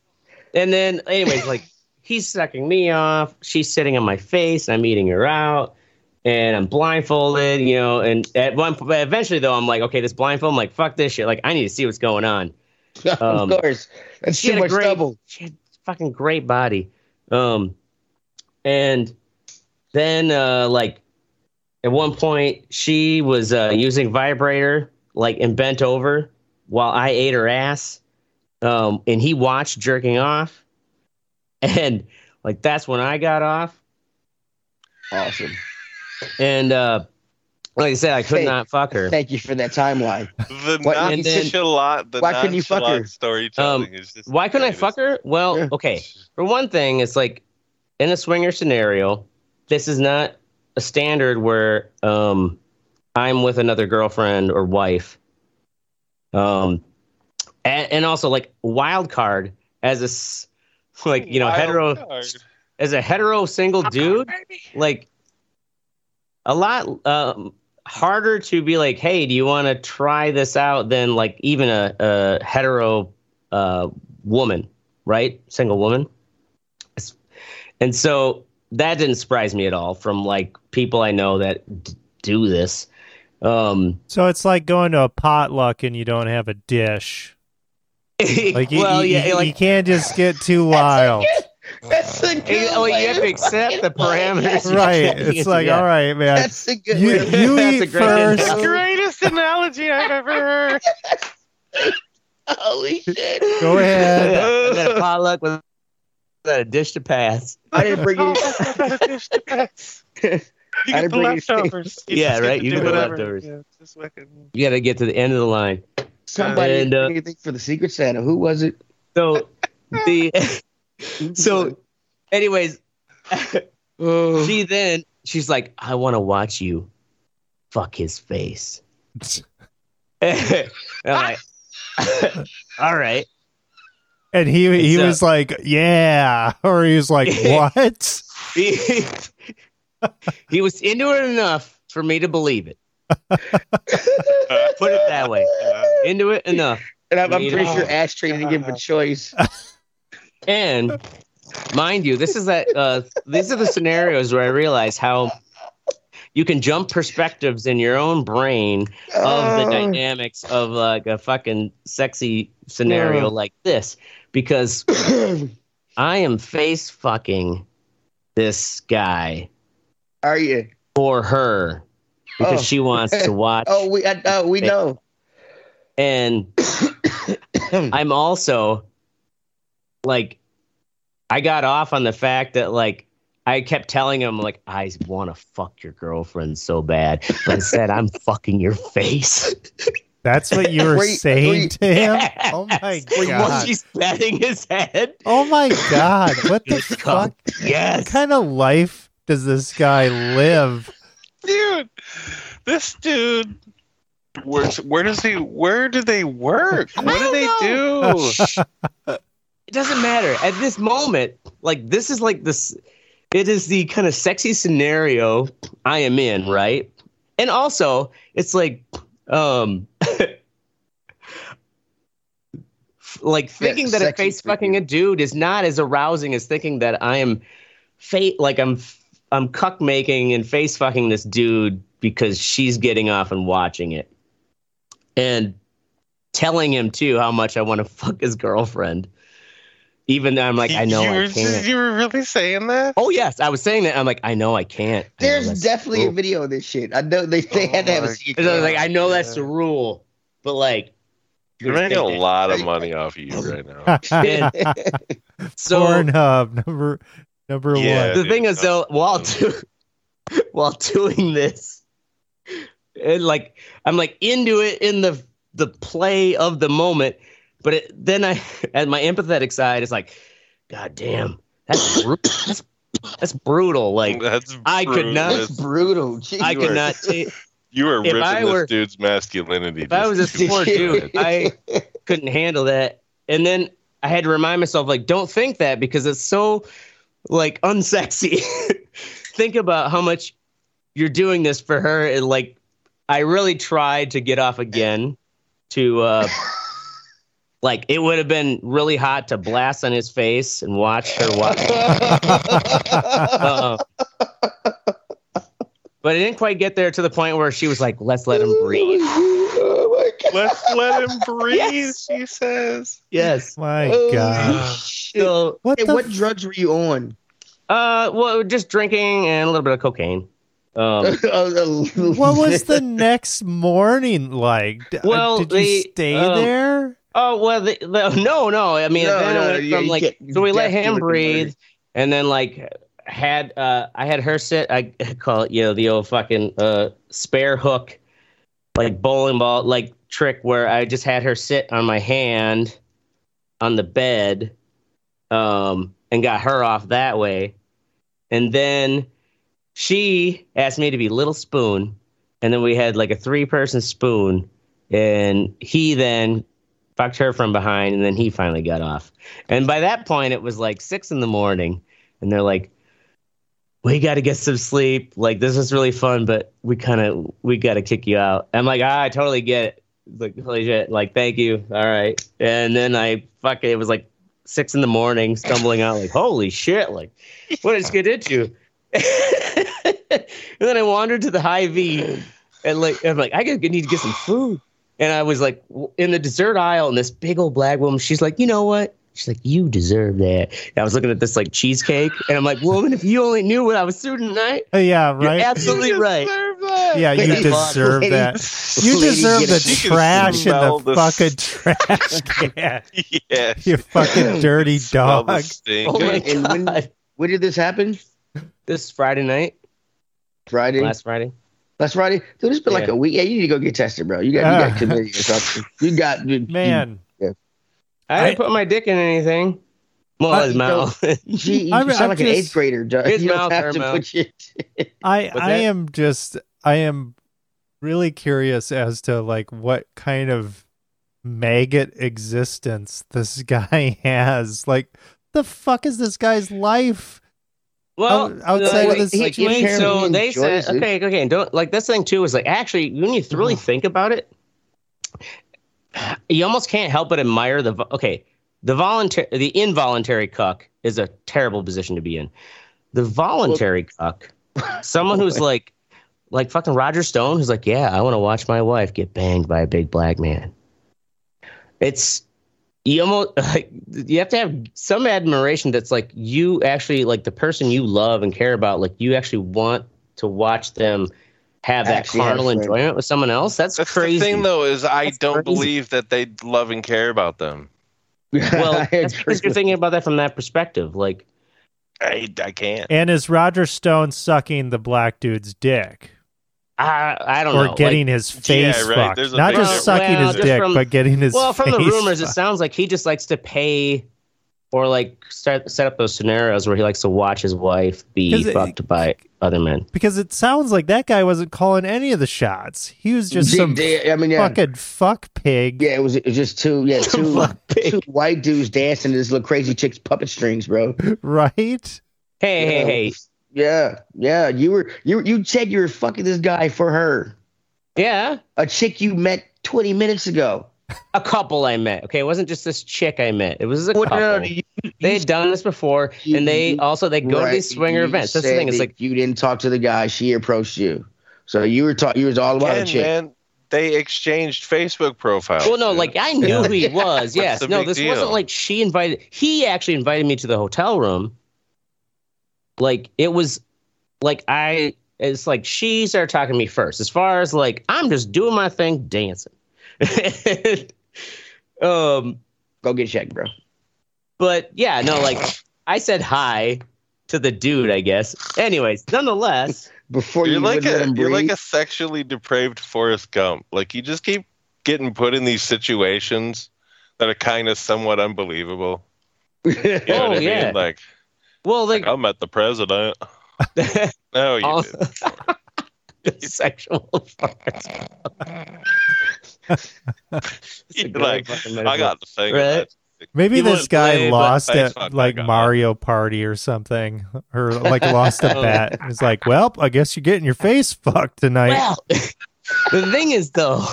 and then anyways like he's sucking me off she's sitting on my face i'm eating her out and i'm blindfolded you know and at one point eventually though i'm like okay this blindfold i'm like fuck this shit like i need to see what's going on of Um, course, that's she too had a much great, stubble. she had a fucking great body. Um, and then uh, like at one point she was uh, using vibrator like and bent over while I ate her ass. Um, and he watched jerking off, and like that's when I got off. Awesome. And uh, like I said, I could Hey, not fuck her. Thank you for that timeline. The Why- and then- nonchalant, the why couldn't you fuck nonchalant her? Storytelling is just Um, Why couldn't I fuck her? Well, Yeah. okay. For one thing, it's like in a swinger scenario, this is not a standard where um, I'm with another girlfriend or wife. Um, and, and also like wild card as a s- like you know Wild hetero card. as a hetero single dude like a lot um harder to be like, hey, do you want to try this out than like even a, a hetero uh, woman, right? Single woman. It's- And so that didn't surprise me at all from like people I know that d- do this. Um, *laughs* So it's like going to a potluck and you don't have a dish. Like you, well, you, yeah, you, like you can't *laughs* just get too wild. That's the good. Hey, oh, you way have to accept the fucking put parameters. *laughs* it. right. It's like, Yeah. all right, man. That's the good. You, way to- you *laughs* That's a great eat first. analogy. *laughs* greatest analogy I've ever heard. Holy shit! *laughs* Go ahead. Yeah, and then a potluck with without a dish to pass. I didn't *laughs* bring you. Oh, You I get didn't the bring anything. leftovers. You Yeah, just get right, to you do get the whatever. leftovers. Yeah, just fucking- You got to get to the end of the line. Somebody And, uh, didn't bring anything for the Secret Santa. Who was it? So the *laughs* so uh, anyways, Oh. she then she's like, I want to watch you fuck his face. *laughs* And I'm like, *laughs* all right. *laughs* And he he It's, uh, was like, yeah, *laughs* or he *laughs* was like, what? He, he was into it enough for me to believe it. Put it that way. Into it enough. *laughs* And I'm, I'm Read pretty all. sure Ashtray didn't give *laughs* him a choice. And mind you, this is that uh, these are the scenarios where I realize how you can jump perspectives in your own brain of Oh. the dynamics of like a fucking sexy scenario Yeah. like this because I am face fucking this guy *clears throat* Are you? for her because Oh. she wants *laughs* to watch Oh, we I, oh, we know. *coughs* and I'm also like I got off on the fact that like I kept telling him like I want to fuck your girlfriend so bad, but instead *laughs* I'm fucking your face. That's what you were Were you- saying were you- to him. *laughs* Oh my Like, Was god! she patting his head? Oh my god! What the Just fuck? What Yes. kind of life does this guy live? Dude, this dude. Where's, where does he? Where do they work? I What do they don't do? it doesn't matter at this moment like this is like this it is the kind of sexy scenario i am in right and also it's like um *laughs* like thinking that a sexy face fucking a dude is not as arousing as thinking that i am fate like i'm i'm cuck making and face fucking this dude because she's getting off and watching it and telling him too how much i want to *laughs* fuck his girlfriend even though i'm like i know you, i were, can't you were really saying that? Oh yes, I was saying that. I'm like, I know I can't. I know There's that's definitely the a rule. video of this shit. I know they, they Oh had to have a my secret. And I was like, Yeah, I know that's the yeah. rule, but like, You're making a lot *laughs* of money off of you right now. *laughs* *laughs* so Pornhub number number Yeah. one. the thing is though, while Oh, Yeah. do, *laughs* while doing this, and like I'm like into it in the the play of the moment, but it, then I *laughs* at my empathetic side is like, God damn, that's *coughs* bru- that's, that's brutal. Like That's I could brutal. not- That's That's- brutal. I Jesus. could not. ta- *laughs* You were If ripping I were- this dude's masculinity. If I was *laughs* just *laughs* this poor too dude, bad. I couldn't handle that. And then I had to remind myself, like, don't think that because it's so like unsexy. *laughs* think about how much you're doing this for her. And like, I really tried to get off again to, uh, like, it would have been really hot to blast on his face and watch her watch. Uh-uh. But I didn't quite get there to the point where she was like, let's let him breathe. Oh my god. Let's let him breathe. Yes. She says. Yes. My Holy god! shit. So, What Hey, the what f- drugs were you *laughs* on? Uh, well, just drinking and a little bit of cocaine. Oh, *laughs* Um, what what was the next morning like? D- uh, Well, did you they, stay um, there? oh well, the, the, no, no. I mean, *laughs* No, then it no, went yeah, from, you like, can't- you so we let definitely him would be breathe, murdered. and then like had uh, I had her sit. I call it, you know, the old fucking uh spare hook, like bowling ball, like trick where I just had her sit on my hand on the bed, um, and got her off that way, and then she asked me to be little spoon and then we had like a three person spoon and he then fucked her from behind and then he finally got off and by that point it was like six in the morning and they're like well, you got to get some sleep. Like this is really fun, but we kind of we got to kick you out. I'm like, ah, I totally get it. It's Like holy shit, like thank you, all right. And then I fucking it was like six in the morning, stumbling out like holy shit, like what is good at you? *laughs* and then I wandered to the high V, and like I'm like I gotta- need to get some food. And I was like w- in the dessert aisle, and this big old black woman, she's like, you know what? She's like, you deserve that. And I was looking at this like cheesecake, and I'm like, woman, if you only knew what I was through tonight, Uh, yeah, you're right. absolutely right. yeah, *laughs* you Lady *laughs* deserve Lady- that. You Lady deserve get the it. She can trash in smell the, the fucking trash can. *laughs* Yeah. You fucking dirty Smell the dog. Oh stink. my And when- god! When did this happen? This Friday night, Friday. Last, last Friday. Friday. Dude, it's been like Yeah. a week. Yeah, you need to go get tested, bro. You got Ah. you got chlamydia or something. You got you- Man, I I- didn't put my dick in anything. Well, I- his mouth. You, you, you I'm- sound I'm like an just- eighth grader. Doug. His You don't mouth, her have to mouth. put your *laughs* I What's I that? am just I am really curious as to like what kind of maggot existence this *laughs* guy has. Like the fuck is this guy's life? *laughs* Well, Out- outside of the the situation. So they said, Enjoys it. Mm-hmm. okay, okay, and don't like this thing too. Is like actually, when you really think about it, you almost can't help but admire the. vo- Okay, the voluntary, the involuntary cuck is a terrible position to be in. The voluntary cuck, someone who's like, like fucking Roger Stone, who's like, yeah, I want to watch my wife get banged by a big black man. It's you almost *laughs* like, you have to have some admiration that's like you actually like the person you love and care about like you actually want to watch them have that Actually have carnal fun. enjoyment with someone else that's, That's crazy the thing, though, is I That's don't crazy. believe that they love and care about them. *laughs* well that's agree because you're thinking about that from that perspective like I, I can't. And is Roger Stone sucking the black dude's dick? i i don't Or know like- getting his face right, fucked. there's a Not big difference. just sucking Well, his just dick, from- but getting his well from the face rumors it fucked. sounds like he just likes to pay or like start, set up those scenarios where he likes to watch his wife be 'Cause it- fucked by other *laughs* men because it sounds like that guy wasn't calling any of the shots. He was just Yeah, some yeah, I mean, yeah. fucking fuck pig. Yeah, it was, it was just two, *laughs* yeah, *laughs* two, Fuck. two white dudes dancing to this little crazy chick's puppet strings, bro. Right? hey hey hey Yeah, yeah, you were, you, you said you were fucking this guy for her, yeah a chick you met 20 minutes ago. a couple I met. Okay, it wasn't just this chick I met. It was a Well, couple. no, no, you- they had done this before, you- and they you- also they go to right, these swinger you events. That's the said thing. It's that like you didn't talk to the guy; she approached you. So you were talking. You was all about a Again, chick. man, they exchanged Facebook profiles. well, no, dude. like I knew Yeah. who *laughs* he was. yes, the no, big this deal? wasn't like she invited. He actually invited me to the hotel room. Like it was, like I. It's like she started talking to me first. As far as like I'm just doing my thing, dancing. *laughs* um, Go get checked, bro. But yeah, no, like I said hi to the dude, I guess. Anyways, nonetheless, Before you're you like would let a him you're like breathe. a sexually depraved Forrest Gump. Like you just keep getting put in these situations that are kind of somewhat unbelievable. *laughs* You know Oh, what I yeah. mean? Like well, *laughs* like I met the president. No, you all didn't. *laughs* the sexual *laughs* *laughs* parts. It's a You're great like, fucking I metaphor. got the thing. Right? Maybe He this wouldn't guy play, but- lost Hey, at fuck, I like got it. Mario Party or something, or *laughs* like lost a bet. It's like, well, I guess you're getting your face fucked tonight. Well, *laughs* the thing is though,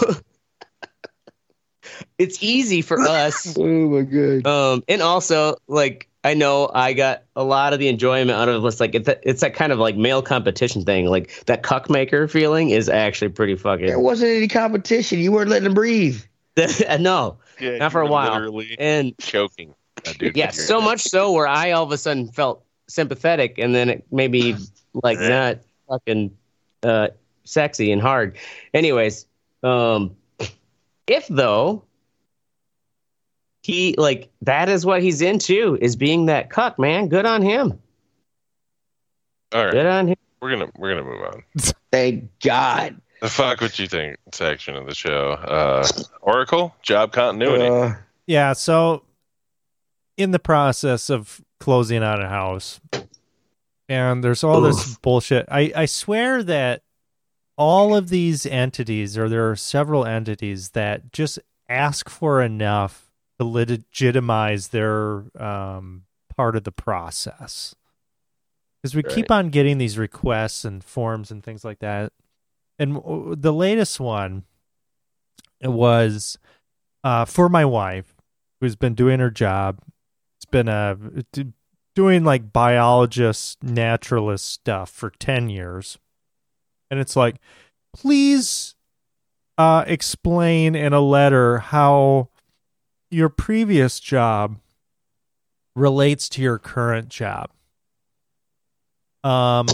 *laughs* it's easy for *laughs* us oh my god. Um, and also, like, I know I got a lot of the enjoyment out of this. Like, it's that, it's that kind of like male competition thing. Like, that cuck maker feeling is actually pretty There fucking. wasn't any competition. You weren't letting him breathe. *laughs* no. Yeah, Not for you a were while. Literally And choking. that dude yeah, with your- so much so where I all of a sudden felt sympathetic and then it made *laughs* me like not fucking uh, sexy and hard. Anyways, um, if though he like that is what he's into is being that cuck man. Good on him. All right, Good on him. we're gonna we're gonna move on. Thank God. The fuck what you think section of the show. Uh, Oracle job continuity. Uh, Yeah. So, in the process of closing on a house, and there's all this bullshit. I, I swear that all of these entities, or there are several entities that just ask for enough to legitimize their um, part of the process. because we Right. keep on getting these requests and forms and things like that. And w- the latest one it was uh, for my wife, who's been doing her job. It's been a d- doing like biologist, naturalist stuff for ten years, and it's like, please uh, explain in a letter how your previous job relates to your current job. Um,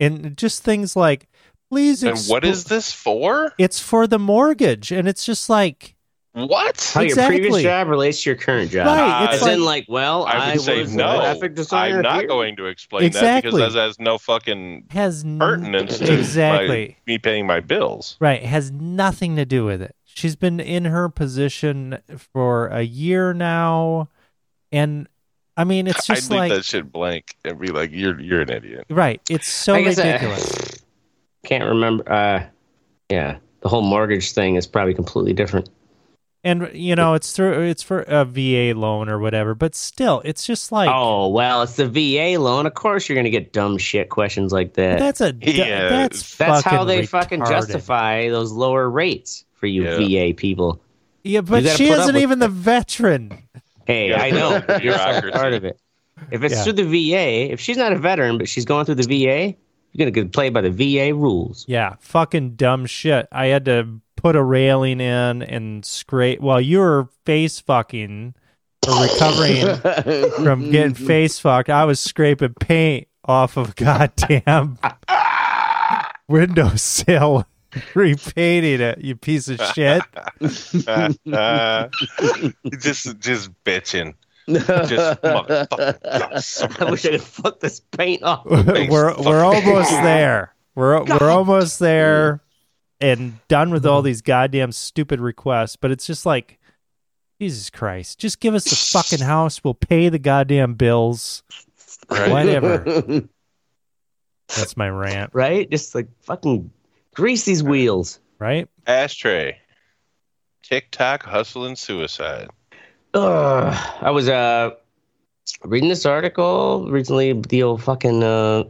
and just things like, please. And what expl- is this for? It's for the mortgage, and it's just like What? How Exactly. your previous job relates to your current job. As right. It's Uh, like in, like, well, I I, would say was no. a graphic designer. I'm not here. going to explain Exactly. that because that has no fucking has n- pertinence to exactly my, me paying my bills. right has nothing to do with it. She's been in her position for a year now, and I mean, it's I'd just leave like that shit blank and be like, "You're you're an idiot." right. It's so I guess uh, I- ridiculous. *sighs* Can't remember. Uh, yeah, the whole mortgage thing is probably completely different. and you know, it's through it's for a VA loan or whatever, but still, it's just like oh well, it's the VA loan. Of course, you're going to get dumb shit questions like that. that's a du- Yeah, that's That's how fucking they retarded. fucking justify those lower rates for you Yeah. VA people. Yeah, but gotta she put up isn't with even the veteran. Hey, Yeah. I *laughs* know you're Bureaucracy. part of it. If it's Yeah. through the VA, if she's not a veteran but she's going through the VA, you're gonna get played by the VA rules. *laughs* Yeah, fucking dumb shit. I had to put a railing in and scrape. Well, you were face fucking *laughs* or *laughs* recovering from getting Mm-hmm. *laughs* face fucked. I was scraping paint off of *laughs* goddamn windowsill, *laughs* repainting it. You piece of shit. *laughs* Uh, uh, just just bitching. Just motherfucking. I wish I could fuck this paint off. we're we're fucking- almost there. We're we're almost there, and done with all these goddamn stupid requests. But it's just like, Jesus Christ, just give us the fucking house. We'll pay the goddamn bills. Right. *laughs* Whatever. That's my rant, Right? Just like fucking grease these wheels. right? Ashtray. TikTok hustling suicide. Ugh. I was uh reading this article recently. The old fucking uh,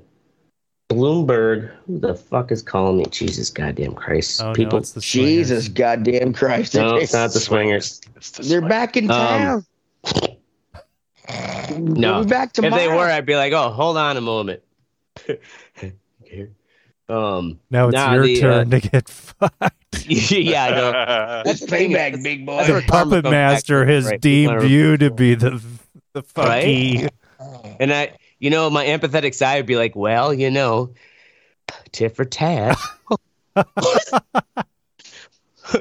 Bloomberg. Who the fuck is calling me? Jesus goddamn Christ! Oh no, People, it's the swingers. Jesus goddamn *laughs* Christ. no, it's not the swingers. It's the *laughs* They're same. back in town. Um, No. We're back tomorrow. If they were, I'd be like, oh, hold on a moment. *laughs* um, *laughs* Now it's Nah, your the, uh, turn to get fucked. yeah, I know. That's payback, big boy. that's where karma Puppet comes Master back to it, has right? deemed People are- you to be the the fucky. And I, you know, my empathetic side would be like, well, you know, tit for tat.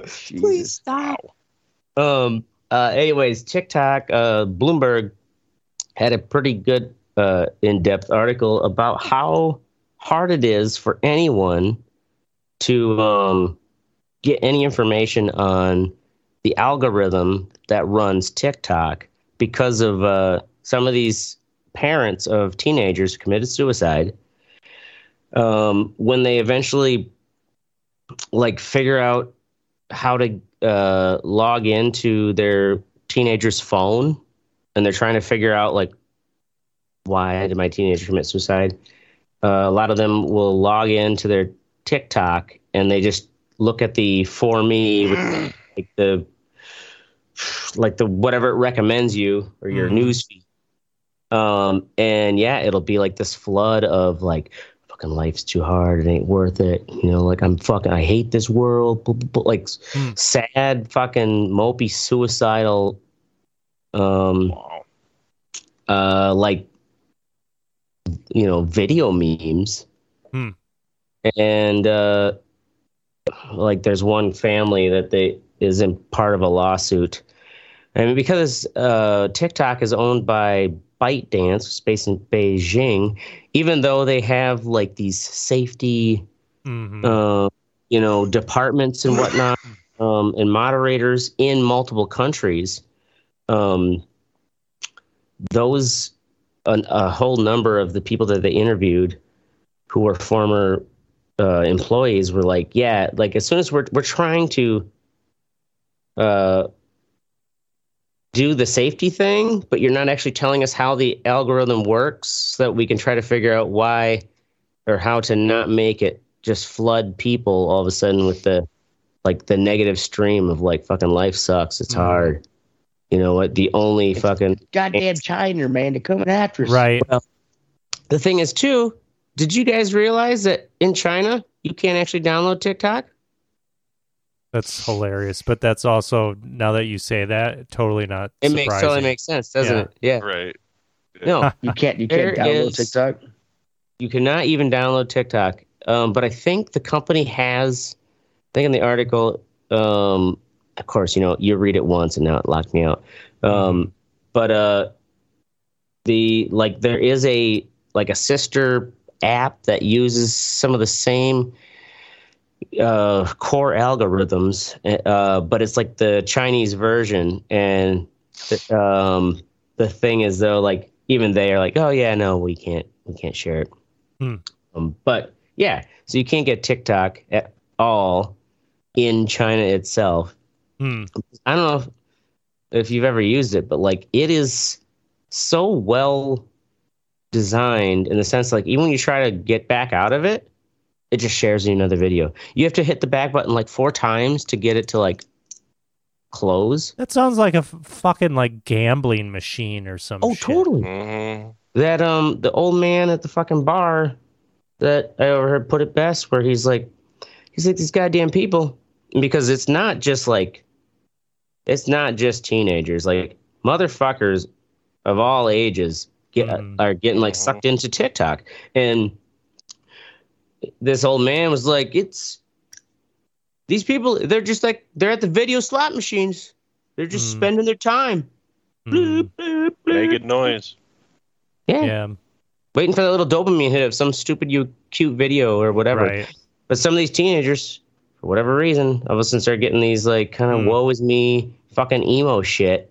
Jesus. stop. Um. Uh. Anyways, TikTok, uh, Bloomberg had a pretty good, uh, in-depth article about how hard it is for anyone to um, get any information on the algorithm that runs TikTok because of uh, some of these parents of teenagers who committed suicide. Um, when they eventually like figure out how to uh, log into their teenager's phone and they're trying to figure out like why did my teenager commit suicide uh, a lot of them will log into their tiktok and they just look at the for me with, like the like the whatever it recommends you or your Mhm. news feed um, and yeah it'll be like this flood of like fucking life's too hard it ain't worth it you know like i'm fucking i hate this world blah, blah, blah, like Mm. sad fucking mopey suicidal um Wow. uh like you know video memes Hmm. and uh like there's one family that they is in part of a lawsuit I mean, because uh, TikTok is owned by ByteDance, which is based in Beijing, even though they have like these safety, Mhm. uh, you know, departments and whatnot, um, and moderators in multiple countries, um, those an, a whole number of the people that they interviewed who were former uh, employees were like, yeah, like as soon as we're we're trying to uh, do the safety thing, but you're not actually telling us how the algorithm works so that we can try to figure out why or how to not make it just flood people all of a sudden with the like the negative stream of like fucking life sucks, it's Mhm. hard. You know what? The only fucking Goddamn China, man, to come after us. Right. the thing is too, did you guys realize that in China you can't actually download TikTok? That's hilarious. But that's also now that you say that, totally not. It makes totally surprising. makes sense, doesn't Yeah. it? Yeah. *laughs* Right. No, You can't. You can't There download is- TikTok. you cannot even download TikTok. Um, but I think the company has, I think in the article, um, of course, you know, you read it once and now it locked me out. Um, but uh, the like there is a like a sister app that uses some of the same uh, core algorithms, uh, but it's like the Chinese version. And the, um, the thing is, though, like even they are like, oh yeah, no, we can't, we can't share it. Hmm. Um, but yeah, so you can't get TikTok at all in China itself. Hmm. I don't know if, if you've ever used it, but like it is so well designed in the sense like even when you try to get back out of it, it just shares you another video. You have to hit the back button like four times to get it to like close. That sounds like a f- fucking like gambling machine or some. Oh, shit. totally. Mm-hmm. hmm That um the old man at the fucking bar that I overheard put it best where he's like he's like these goddamn people because it's not just like it's not just teenagers like motherfuckers of all ages get Mhm. are getting like Mhm. sucked into TikTok and this old man was like it's these people they're just like they're at the video slot machines they're just Mm. spending their time Mm, Bloop, bloop, bloop. Make it noise. yeah yeah. waiting for that little dopamine hit of some stupid you cute video or whatever. Right. But some of these teenagers, for whatever reason, all of a sudden start getting these like kind of Hmm. woe is me fucking emo shit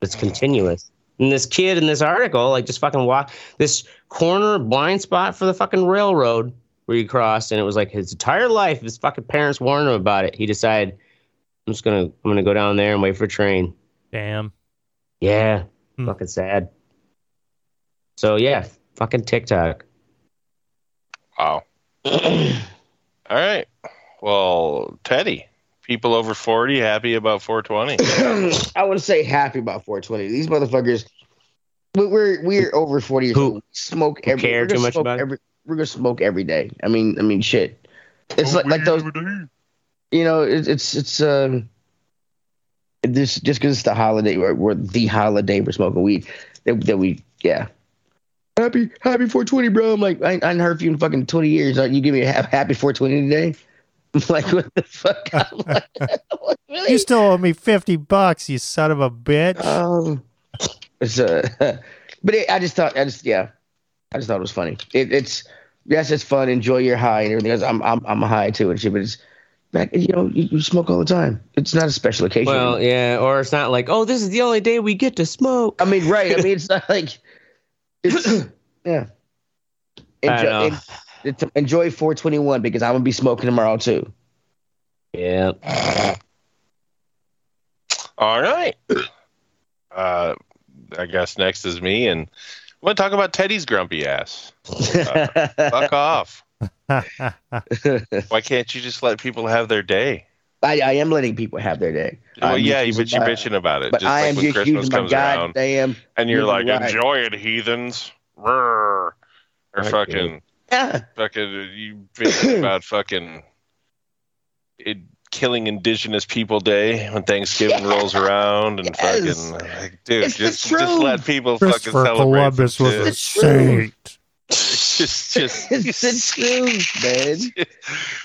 that's continuous. And this kid in this article, like just fucking walk this corner blind spot for the fucking railroad where you crossed, and it was like his entire life, his fucking parents warned him about it. He decided, I'm just gonna I'm gonna go down there and wait for a train. Damn. Yeah. Hmm. Fucking sad. So yeah, fucking TikTok. Wow. *clears throat* All right. Well, Teddy, people over 40 happy about 420. *clears throat* I want to say happy about 420. These motherfuckers, we- we're we're over 40 years Who- old. We smoke who every. care we're gonna too much smoke about it? every, We're gonna smoke every day. I mean, I mean, shit. It's like like those. You know, it, it's it's um. This just because it's the holiday, we're, we're the holiday. We're smoking weed. That, that we yeah. Happy happy 420, bro. I'm like I, I ain't heard from you in fucking 20 years. Like, you give me a ha- happy 420 today. *laughs* I'm like what the fuck? *laughs* I'm like, really? You still owe me fifty bucks, you son of a bitch. Uh, *laughs* Um, it's uh, *laughs* but it, I just thought, I just yeah, I just thought it was funny. It, it's yes, it's fun. Enjoy your high and everything else. I'm I'm I'm high too and shit, but it's back. You know, you, you smoke all the time. It's not a special occasion. Well, yeah, or it's not like, oh, this is the only day we get to smoke. I mean, right? I mean, it's *laughs* not like it's yeah. I Enjoy, know. en- it's, enjoy 421 because I'm gonna be smoking tomorrow too. *laughs* Yeah. All right. Uh, I guess next is me, and I want to talk about Teddy's grumpy ass. *laughs* Fuck off. Why can't you just let people have their day? I, I am letting people have their day. Well, I'm yeah, just but you're using my- bitching about it. But just I like am when just Christmas using my comes around, goddamn. and you're you're like, right. enjoy it, heathens. Roar. Or Okay. fucking, fucking, you *clears throat* bitching about fucking it, killing indigenous people day when Thanksgiving rolls around and Yes. fucking, like, dude, It's the just truth. just let people fucking Christopher celebrate. Columbus some was shit. *laughs* It's a true. saint. *laughs* *laughs* just just it's the truth, man.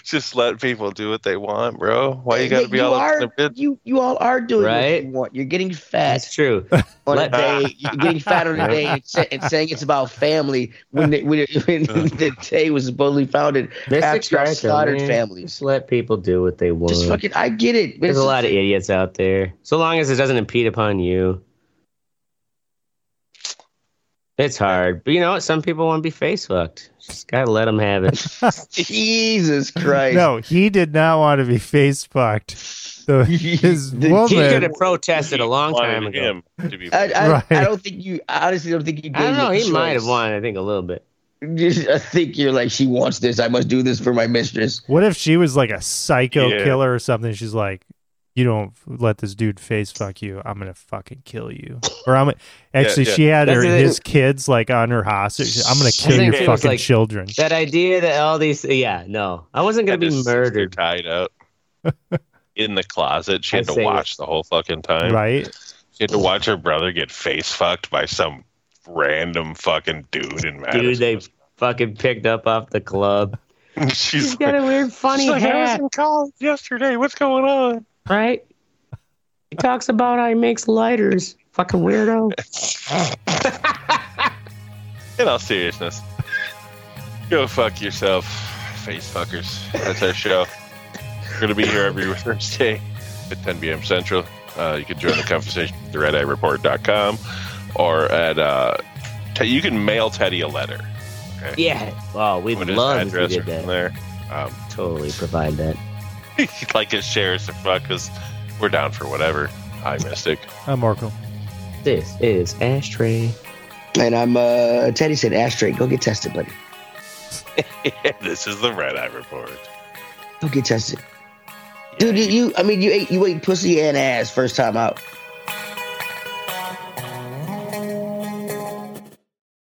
just let people do what they want, bro. Why you gotta But be all up in are, the bitch? You you all are doing Right? what you want. You're getting That's fat true. on a Let- day. You're getting *laughs* fat on a day and, sa- and saying it's about family when the, when, *laughs* it, when Uh. the day was supposedly founded after our slaughtered Just families. let people do what they want. Just fucking, I get it. There's a lot of idiots out there. So long as it doesn't impede upon you. It's hard, but you know what? Some people want to be face fucked. Just gotta let them have it. Jesus Christ. *laughs* No, he did not want to be face fucked. So his The He could woman. have protested a long Wanted time ago. him to be I, I, Right. I don't think you. I honestly don't think you. Gave I don't know. it a He might have choice. won. I think a little bit. I think you're like she wants this. I must do this for my mistress. What if she was like a psycho Yeah. killer or something? She's like, you don't let this dude face fuck you. I'm gonna fucking kill you. Or I'm actually yeah. she had her, That's the thing. his kids like on her hostage. I'm gonna kill think your it was, fucking like- children. That idea that all these, yeah, no, I wasn't gonna Had be his sister murdered. tied up in the closet. I She had to say watch the whole fucking time. Right? She had to watch her brother get face fucked by some random fucking dude in Madison. Dude, they fucking picked up off the *laughs* club. she's He's got like, a weird, funny she's like, I was hat, in college yesterday. What's going on? right? He talks about how he makes lighters. Fucking weirdo. *laughs* In all seriousness, go fuck yourself, face fuckers. That's our show. We're gonna be here every Thursday at 10 p.m. Central. Uh, you can join the conversation at theredeyereport.com or at uh, te- you can mail Teddy a letter. Yeah. Wow, we'd Put his love if you address did or something that. there. Um, *laughs* Totally provide that. he'd like his shares to fuck because we're down for whatever. Hi, Mystic. I'm Oracle. This is Ashtray. And I'm uh Teddy said ashtray. Go get tested, buddy. *laughs* this is the Red Eye Report. Go get tested, dude. You, you I mean, you ate you ate pussy and ass first time out.